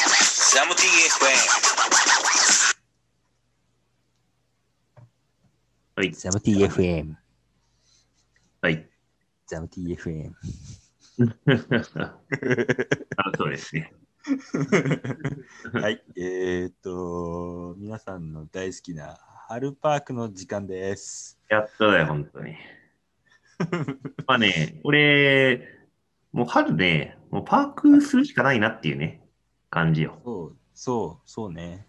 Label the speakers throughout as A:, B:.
A: Siamo TFM。
B: はい。
C: ザム TFM。
B: はい。
C: ザム TFM。
B: あそうですね。
C: はい。えーっと、皆さんの大好きな春パークの時間です。
B: やっただよ、本当に。まあね、俺、もう春ね、もうパークするしかないなっていうね、感じよ。
C: そう、そう、そうね。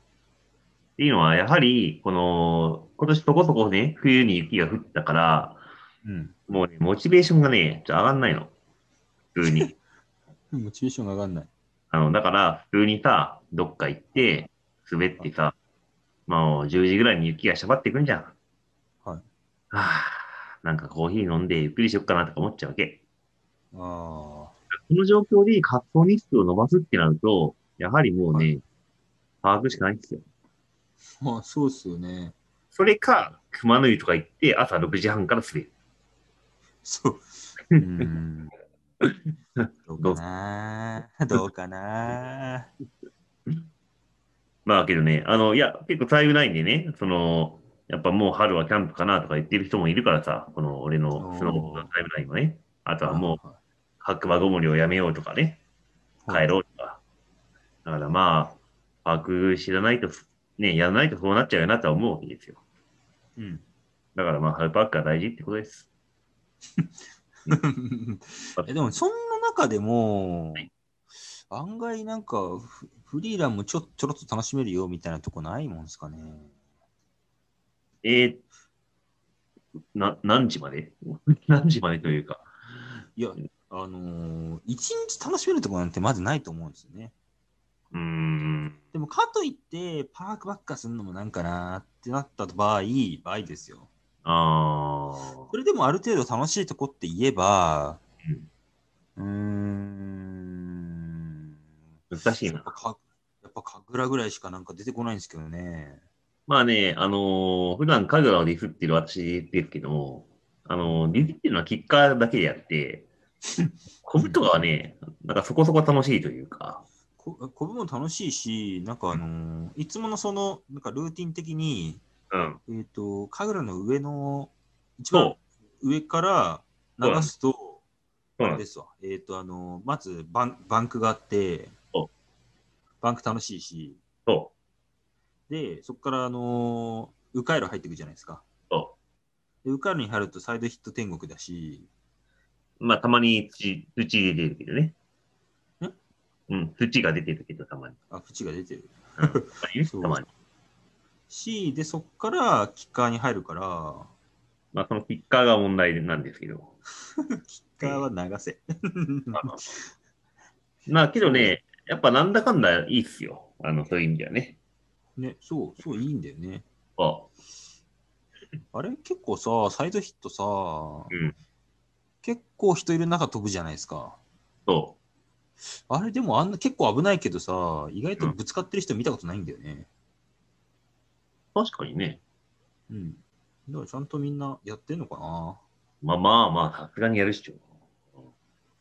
B: っていうのは、やはり、この、今年そこそこね、冬に雪が降ったから、
C: うん。
B: もうね、モチベーションがね、ちょっと上がんないの。普通に。
C: モチベーションが上がんない。
B: あの、だから、普通にさ、どっか行って、滑ってさ、まあ、10時ぐらいに雪がしゃばってくんじゃん。
C: はい
B: はあ、なんかコーヒー飲んでゆっくりしよっかなとか思っちゃうわけ。
C: あ
B: この状況で活動日数を伸ばすってなると、やはりもうね、把握しかないんですよ。
C: あ。まあ、そうっすよね。
B: それか、熊の湯とか行って、朝6時半から滑る。
C: そう。うーん。 どうかなどうかな
B: まあけどね、あの、いや、結構タイムラインでね、その、やっぱもう春はキャンプかなとか言ってる人もいるからさ、この俺のスノーボードのタイムラインはね、あとはもう、白馬ごもりをやめようとかね、帰ろうとか。だからまあ、把握知らないと、ね、やらないとそうなっちゃうよなとは思うわけですよ。
C: う。うん。
B: だからまあ、ハルパークが大事ってことです。
C: えでも、そんな中でも
B: はい、
C: 案外なんかフ、フリーランもちょちょろっと楽しめるよみたいなとこないもんですかね。
B: えー、な、何時まで 何時までというか。
C: いや、あのー一日楽しめるとこなんてまずないと思うんですよね。
B: うーん。
C: でも、かといって、パークばっかすんのもなんかなーってなった場合、場合ですよ。
B: あ
C: これでもある程度楽しいとこって言えば、うーん、
B: ー、難しいな
C: やっ。ぱか、やっぱ神楽ぐらいしかなんか出てこないんですけどね。
B: まあね、あのー普段神楽をディスってる私ですけども、あのーディスってるのはキッカーだけであって、コブとかはね、なんかそこそこ楽しいというか、
C: ここぶも楽しいし、なんかあのーいつものその、なんかルーティン的に、
B: うん。
C: えっ、と、神楽の上の、一
B: そ
C: 番上から流すと、
B: う。う
C: あれ
B: ん
C: で。すわ。えっ、と、あのーまずバン、バンクがあって
B: そ、
C: バンク楽しいし、
B: そ
C: で、そこから、あのー、ウカイロ入っていくじゃないですか。
B: そ
C: で、ウカイロに入るとサイドヒット天国だし、
B: う。まあ、たまに土、土入れてるけどね。
C: ん
B: うん、土が出てるけど、たまに。
C: あ、縁が出てる。そう
B: たまに。
C: し、で、そこからキッカーに入るから、
B: まあ、そのキッカーが問題なんですけど。
C: キッカーは流せ。
B: まあまあまあ、けどね、やっぱなんだかんだいいっすよ。あの、そういう意味ではね。
C: ね、そう、そう、いいんだよね。
B: あ
C: あれ、結構さ、サイドヒットさ、
B: うん
C: 結構人いる中飛ぶじゃないですか。
B: そ
C: あれ、でもあんな結構危ないけどさ、意外とぶつかってる人見たことないんだよね。
B: う。確かにね。
C: うん。だからちゃんとみんなやってんのかな。
B: まあまあまあ、さすがにやるっしょ。うん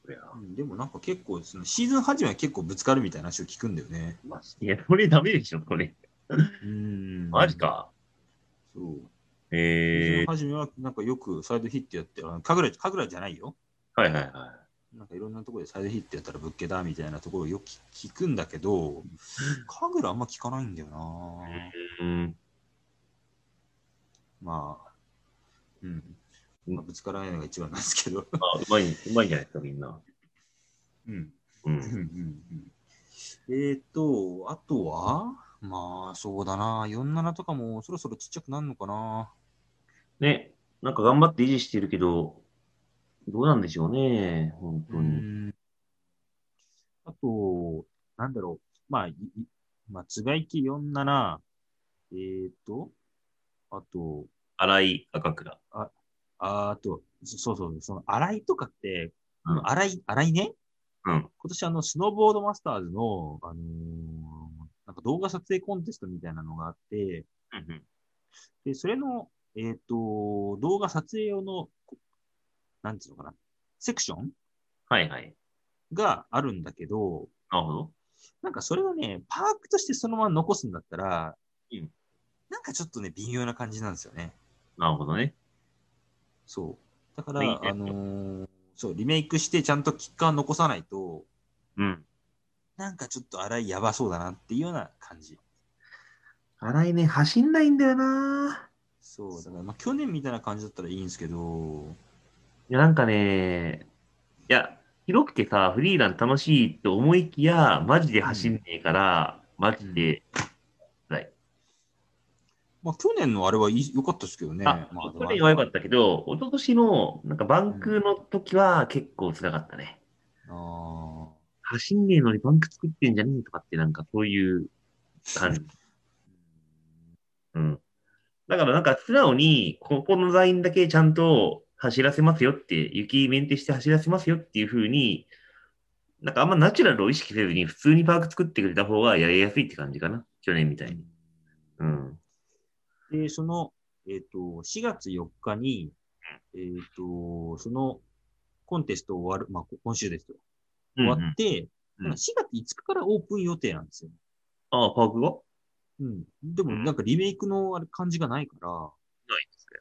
B: そりゃ
C: うん、でもなんか結構、そのシーズン始めは結構ぶつかるみたいな話を聞くんだよね。
B: まあ、いや、それダメでしょ、これ。
C: うん
B: マジ。か。
C: そう。シーズ
B: え
C: ン始めはなんかよくサイドヒットやって、あの神楽神楽じゃないよ。
B: ー、はいはいは。
C: なんかいろんなところでサイドヒットやったらぶっけだみたいなところをよく聞くんだけど、神楽あんま聞かないんだよない
B: うん。
C: まあ、うん。まあ、ぶつからないのが一番なんですけど。
B: まあ、うまい、うまいんじゃないですか、みんな。
C: うん。
B: う
C: うん
B: ん。
C: うんうんえっ、と、あとは、まあ、そうだな。47とかもそろそろちっちゃくなるのかな。
B: ね、なんか頑張って維持してるけど、どうなんでしょうね、本当に。
C: ん。あと、なんだろう。まあ、いいまあ、つがいき47、えっ、と、あと、
B: 荒井赤倉。
C: ああと、そそうそう、その、洗いとかって、
B: うん
C: 洗い、洗いね。
B: うん。
C: 今年、あの、スノーボードマスターズの、あのーなんか動画撮影コンテストみたいなのがあって、で、それの、えっ、と、動画撮影用の、こなんていうのかな、セクション
B: はいはい。
C: があるんだけど、
B: なるほど。
C: なんかそれがね、パークとしてそのまま残すんだったら、
B: うん
C: なんかちょっとね、微妙な感じなんですよね。
B: なるほどね。
C: そう。だから、
B: いいね
C: あのーそう、リメイクしてちゃんと結果を残さないと、
B: うん。
C: なんかちょっと荒いやばそうだなっていうような感じ。
B: 荒いね、走んないんだよな。
C: そう、だから、まあ、去年みたいな感じだったらいいんですけど、
B: いや、なんかね、いや、広くてさ、フリーラン楽しいと思いきや、マジで走んねえから、マジで、
C: まあ、去年のあれはいい良かったですけどね。
B: あ、
C: まあ、
B: 去年は良かったけど、一昨年のなんかバンクの時は結構辛かったね。
C: あー
B: 走んねえのにバンク作ってんじゃねえとかって、なんかそういう感じ。うん。だからなんか素直に、ここのラインだけちゃんと走らせますよって、雪メンテして走らせますよっていう風に、なんかあんまナチュラルを意識せずに、普通にパーク作ってくれた方がやりやすいって感じかな。去年みたいに。うん。
C: で、その、えっ、と、4月4日に、えっ、と、そのコンテスト終わる、まあ、こ今週ですよ。
B: うん
C: 終
B: う
C: わ
B: ん
C: っ、て、
B: うん
C: なんか4月5日からオープン予定なんですよ。
B: ああ、パークが
C: うん。でも、なんかリメイクのあれ感じがないから、
B: ないですね。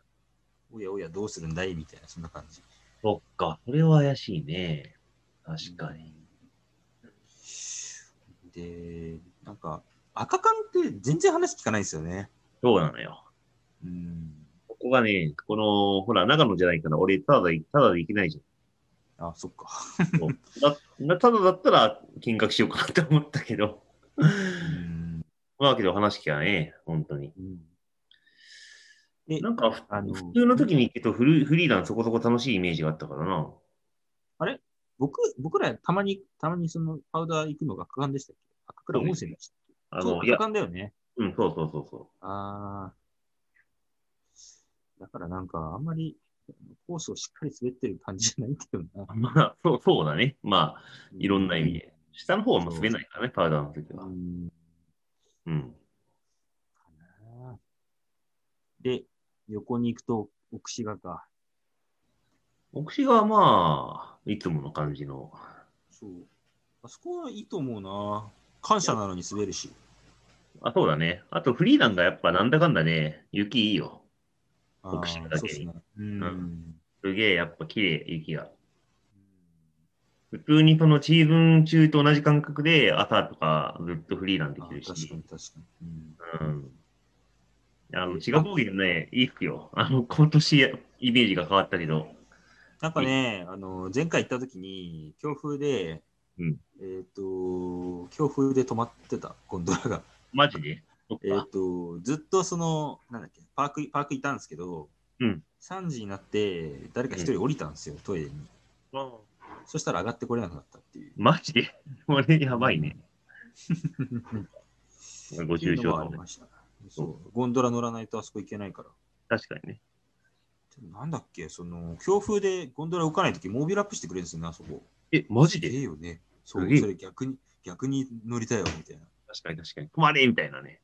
C: おやおや、どうするんだいみたいな、そんな感じ。
B: そっか、それは怪しいね。確かに。
C: で、なんか、赤缶って全然話聞かないですよね。
B: そうなのよ。
C: うん。
B: ここがね、この、ほら、長野じゃないから、俺、ただで、ただで行けないじ
C: あ、そっか。
B: ゃん。そうだ ただだったら、見学しようかなって思ったけど。
C: うん。
B: まあけど話聞きゃね、本当に。
C: で
B: なんか、ふ
C: あの
B: 普通の時に行くとフルフリーランそこそこ楽しいイメージがあったからな。
C: 僕、僕らたまに、たまにそのパウダー行くのが赤缶でしたっけ赤倉温泉でしたっけ
B: あ
C: そう
B: の、い
C: 赤
B: や、
C: 缶だよね。
B: うん、そうそうそうそ
C: ああ。だからなんか、あんまり、コースをしっかり滑ってる感じじゃないけどな
B: う。。まあ、そうそうだね。まあ、いろんな意味で。下の方はもう
C: そう
B: 滑ないからね、パウダーの時
C: う
B: は。
C: ん。
B: うん。
C: で、横に行くと、奥志賀か。
B: 奥志がまあ、いつもの感じの。
C: そう。あそこはいいと思うな。感謝なのに滑るし。
B: あ、そうだね。あとフリーランがやっぱなんだかんだね、雪いいよ。
C: あー
B: 奥志賀だけ
C: そうですね。うん。
B: すげえやっぱ綺麗、雪が。普通にそのシーズン中と同じ感覚で朝とかずっとフリーランで
C: あ
B: きる
C: ー
B: し。
C: 確かに確かに。うん
B: うん。いや、うちが峠のね、いいっすよ。あの、今年、イメージが変わったけど。
C: なんかね、あの前回行った時に強風で、
B: うん
C: えっ、と強風で止まってたゴンドラが、
B: マジでそっ
C: えっ、
B: か。
C: とずっとそのなんだっけパークパークいたんですけど、
B: うん
C: 3時になって誰か一人降りたんですよ、トイレに。そしたら上がってこれなくなったって いう。
B: マジでこれやばいね。ご
C: って
B: 愁
C: い
B: 傷
C: うのも
B: 様
C: あり
B: で
C: ました。そうゴンドラ乗らないとあそこ行けないから。
B: 確かにね。
C: でもなんだっけその強風でゴンドラ浮かない時モービルアップしてくれるんですよねあそこ。
B: え、マ
C: ええよね。そ
B: すげ
C: う
B: え
C: それ逆に逆に乗りたいわみたいな。
B: 確かに確かに。止まれみたいなね。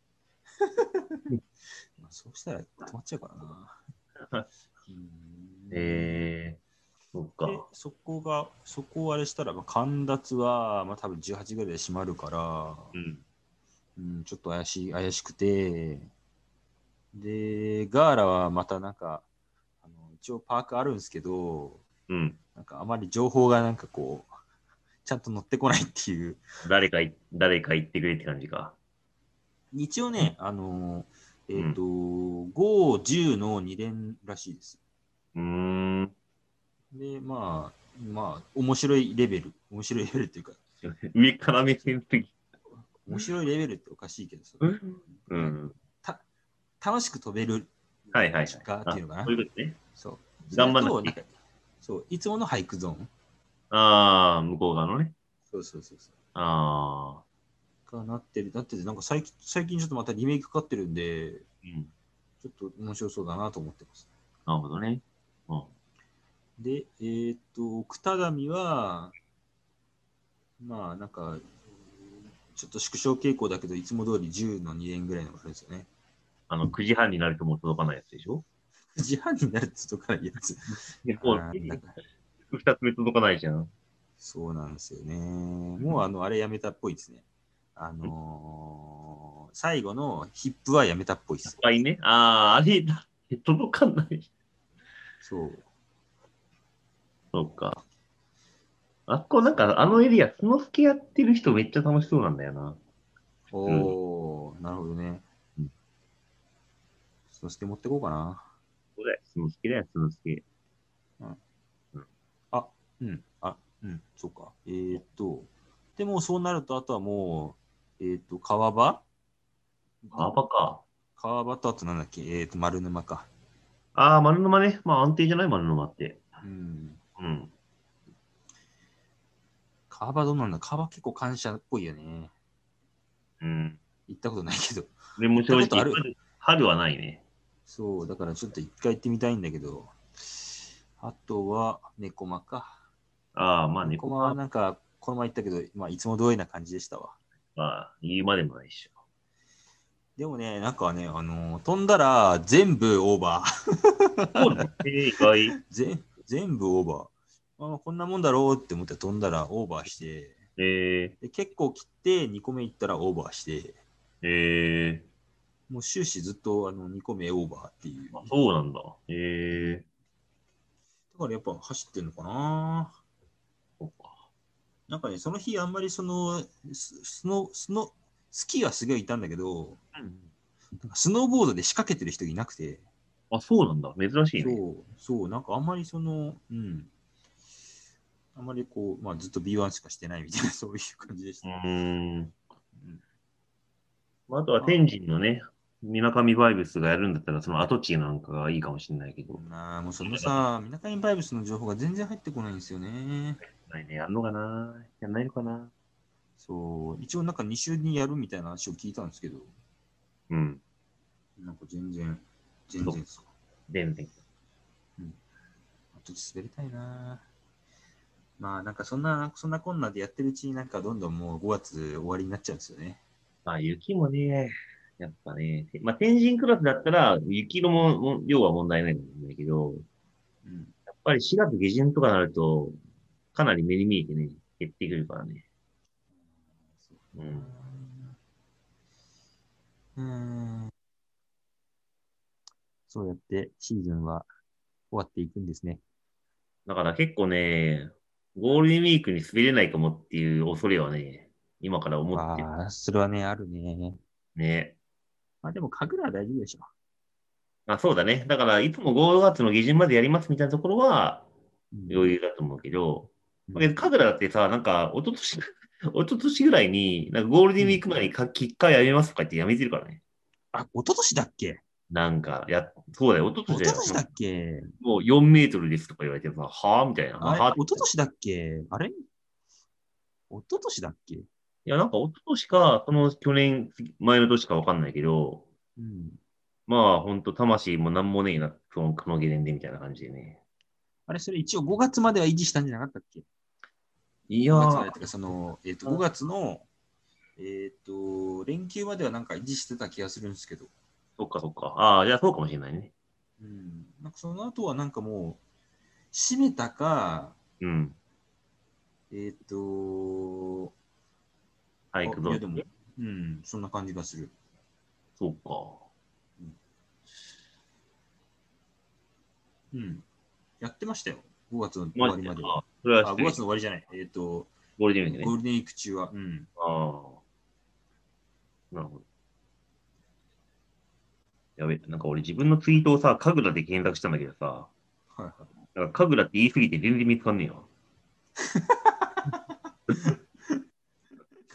C: まあ、そうしたら止まっちゃうから な。
B: えー、
C: え
B: そっか。
C: そこが、そこをあれしたら、まあ、神立は、まあ、多分18ぐらいで閉まるから、
B: うん。
C: うん、ちょっと怪しい、怪しくて、で、ガーラはまたなんか、あの一応パークあるんですけど、
B: うん。
C: なんかあまり情報がなんかこう、ちゃんと乗ってこないっていう。
B: 誰かい、誰か言ってくれって感じか。
C: 一応ね、あの、えっ、と、5、10の2連らしいです。
B: うーん。
C: で、まあ、まあ、面白いレベル、面白いレベルっていうか、
B: 上から目線すぎ。
C: 面白いレベルっておかしいけど、その
B: うん。
C: 楽しく飛べる
B: はいはいはい。
C: かっていうのかな
B: あそういうことね。
C: そう。
B: 頑張んな
C: それ
B: く
C: と
B: てい
C: なん
B: い
C: かそう、いつものハイクゾーン。
B: ああ、向こう側のね。
C: そうそうそうそ
B: ああ。
C: う。がなってる、なってて、なんか最近、最近ちょっとまたリメイクかかってるんで、
B: うん。
C: ちょっと面白そうだなと思ってます。
B: なるほどね。うん。
C: で、えーっと、奥田神は、まあ、なんか、ちょっと縮小傾向だけど、いつも通り10の2円ぐらいのがあるんですよね。
B: あの、9時半になるともう届かないやつでしょ
C: 自販になると届かないやつ。
B: でもう、
C: あーなんか
B: 2つ目届かないじゃん。
C: そうなんですよね。もうあの、あれやめたっぽいですね。あのー最後のヒップはやめたっぽいっす。
B: ぱいね。ああ、あれ、届かない。
C: そう。
B: そうか。あそこなんか、あのエリア、スノスケやってる人めっちゃ楽しそうなんだよな。
C: おー、なるほどね
B: うん。
C: そして持ってこうかな。
B: そうだよ、スノスケだよ、スノスケ。
C: うん、あ、うん、そうか。えーっと、でもそうなると、あとはもう、えーっと、川場
B: あバか。
C: 川場とあとなんだっけえーっと、丸沼か。
B: ああ、丸沼ね。まあ安定じゃない、丸沼って。
C: うん。
B: うん。
C: 川場どうなんだ川場結構感謝っぽいよね。
B: うん。
C: 行ったことないけど。
B: でも正
C: 行ったこと
B: 直
C: ある、
B: 春はないね。
C: そう、だからちょっと一回行ってみたいんだけど。あとは、猫間か。
B: ああ、まあ
C: 猫
B: 猫
C: 間は
B: は、
C: なんか、この前行ったけど、まあ、いつも通りな感じでしたわ。
B: まあ、言うまでもないっしょ。
C: でもね、なんかね、あのー飛んだら全部オーバー。
B: そうだね。意外。
C: ぜ全部オーバー。あこんなもんだろうって思って飛んだらオーバーして、
B: え
C: で結構切って2個目行ったらオーバーして、
B: ー、え
C: もう終始ずっとあの2個目オーバーっていう。
B: ー、あ
C: だ、
B: そうなんだ。えー、
C: からやっぱ走ってんのかな
B: そっか。
C: なんかね、その日あんまりその、ススノ、スノ、スキーはすごいいたんだけど、なんかスノーボードで仕掛けてる人いなくて、
B: あ、そうなんだ。珍しいね。
C: そう、そう、なんかあんまりその、うん、あんまりこう、まあずっと B1 しかしてないみたいな、そういう感じでし
B: う
C: た。
B: ーん。まあ、あとは天神のね、みなかみバイブスがやるんだったら、その跡地なんかがいいかもしれないけど、
C: なあ、もうそのさ、みなかみバイブスの情報が全然入ってこないんですよね。
B: ないね、やんのかなやんないのかな
C: そう、一応なんか2週にやるみたいな話を聞いたんですけど、
B: うん。
C: なんか全然、全然そう。
B: 全然。
C: あと滑りたいなまあなんかそんな、そんなこんなでやってるうちになんかどんどんもう5月終わりになっちゃうんですよね。
B: まあ、雪もね、やっぱね、てまあ、天神クラスだったら、雪のもも量は問題ないんだけど、
C: うん。
B: やっぱり4月下旬とかになると、かなり目に見えてね、減ってくるからね。うん。
C: うん。そうやってシーズンは終わっていくんですね。
B: だから結構ね、ゴールデンウィークに滑れないかもっていう恐れはね、今から思ってる
C: ああ、それはね、あるね。
B: ね。
C: まあでも、神楽は大丈夫でしょ。
B: まあそうだね。だからいつも5月の下旬までやりますみたいなところは
C: うん
B: 余裕だと思うけど、
C: うん
B: だけど神楽だってさ、なんか一昨年 一昨年ぐらいに、なんかゴールデンウィーク前にかきっかやめますとか言ってやめてるからね。
C: あ、一昨年だっけ
B: なんか、や、そうだよ、一昨年
C: 一
B: だ
C: 昨
B: よ
C: 年だっけ
B: もう4メートルですとか言われてさ、はあみたいな。
C: あれ
B: はあ
C: 一昨年だっけあれ一昨年だっけ
B: いや、なんか一昨年か、その去年、前の年かわかんないけど、
C: うん。
B: まあ、ほんと、魂もなんもねえな、この、このゲレンデみたいな感じでね。
C: あれ、それ一応5月までは維持したんじゃなかったっけ
B: い
C: ?5
B: や
C: 月までっ
B: ー
C: ていうか、その、えっ、と、5月の、えっ、と、連休まではなんか維持してた気がするんですけど、
B: そっかそっか。ああ、じゃあそうかもしれないね。
C: うん。なんかその後はなんかもう、閉めたか、
B: うん。
C: えっ、と、
B: はい、
C: あ
B: 行くぞ
C: いやでも、うん、そんな感じがする。
B: そうか。
C: うん。やってましたよ。5月の終
B: マ
C: わ
B: ジ
C: り
B: で
C: までは。
B: あそれは
C: あ、
B: 失
C: 5
B: 礼
C: 月の終わりじゃない。えっ、と、
B: ゴールデンウィーク
C: ゴ
B: ね。
C: ールデンウィーク中は。うん。
B: ああ。なるほど。やべ、なんか俺自分のツイートをさ、神楽で検索したんだけどさ、
C: はいはい。
B: なんか神楽って言いすぎて全然見つかんねえ よ。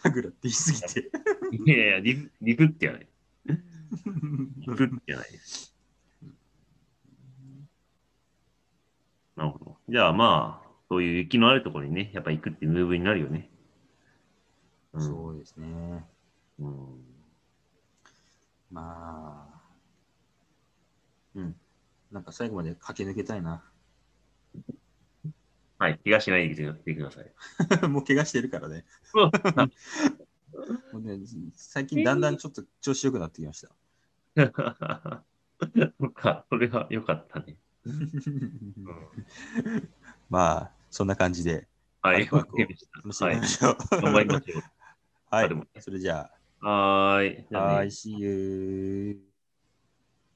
C: 神楽って言い過ぎて。
B: いやいや、リスリスってやない。リスってやない。なるほど。じゃあまあ、そういう雪のあるところにね、やっぱ行くってムーブになるよね。うん。
C: そうですね。
B: うん、
C: まあ。うん。なんか最後まで駆け抜けたいな。
B: はい、怪我しないで来てくださ い。
C: もう怪我してるからね
B: うわ。
C: もうね最近だんだんちょっと調子良くなってきま した。
B: そっか、それは良かったね。
C: まあ、そんな感じで
B: はい、
C: ワクワクを
B: わかりました
C: 楽しみ
B: はい
C: ましょう。
B: 頑張りましょう。
C: は
B: あでも
C: い。それじゃ
B: はーい。じ
C: あ、
B: ゃあね
C: はい、see you.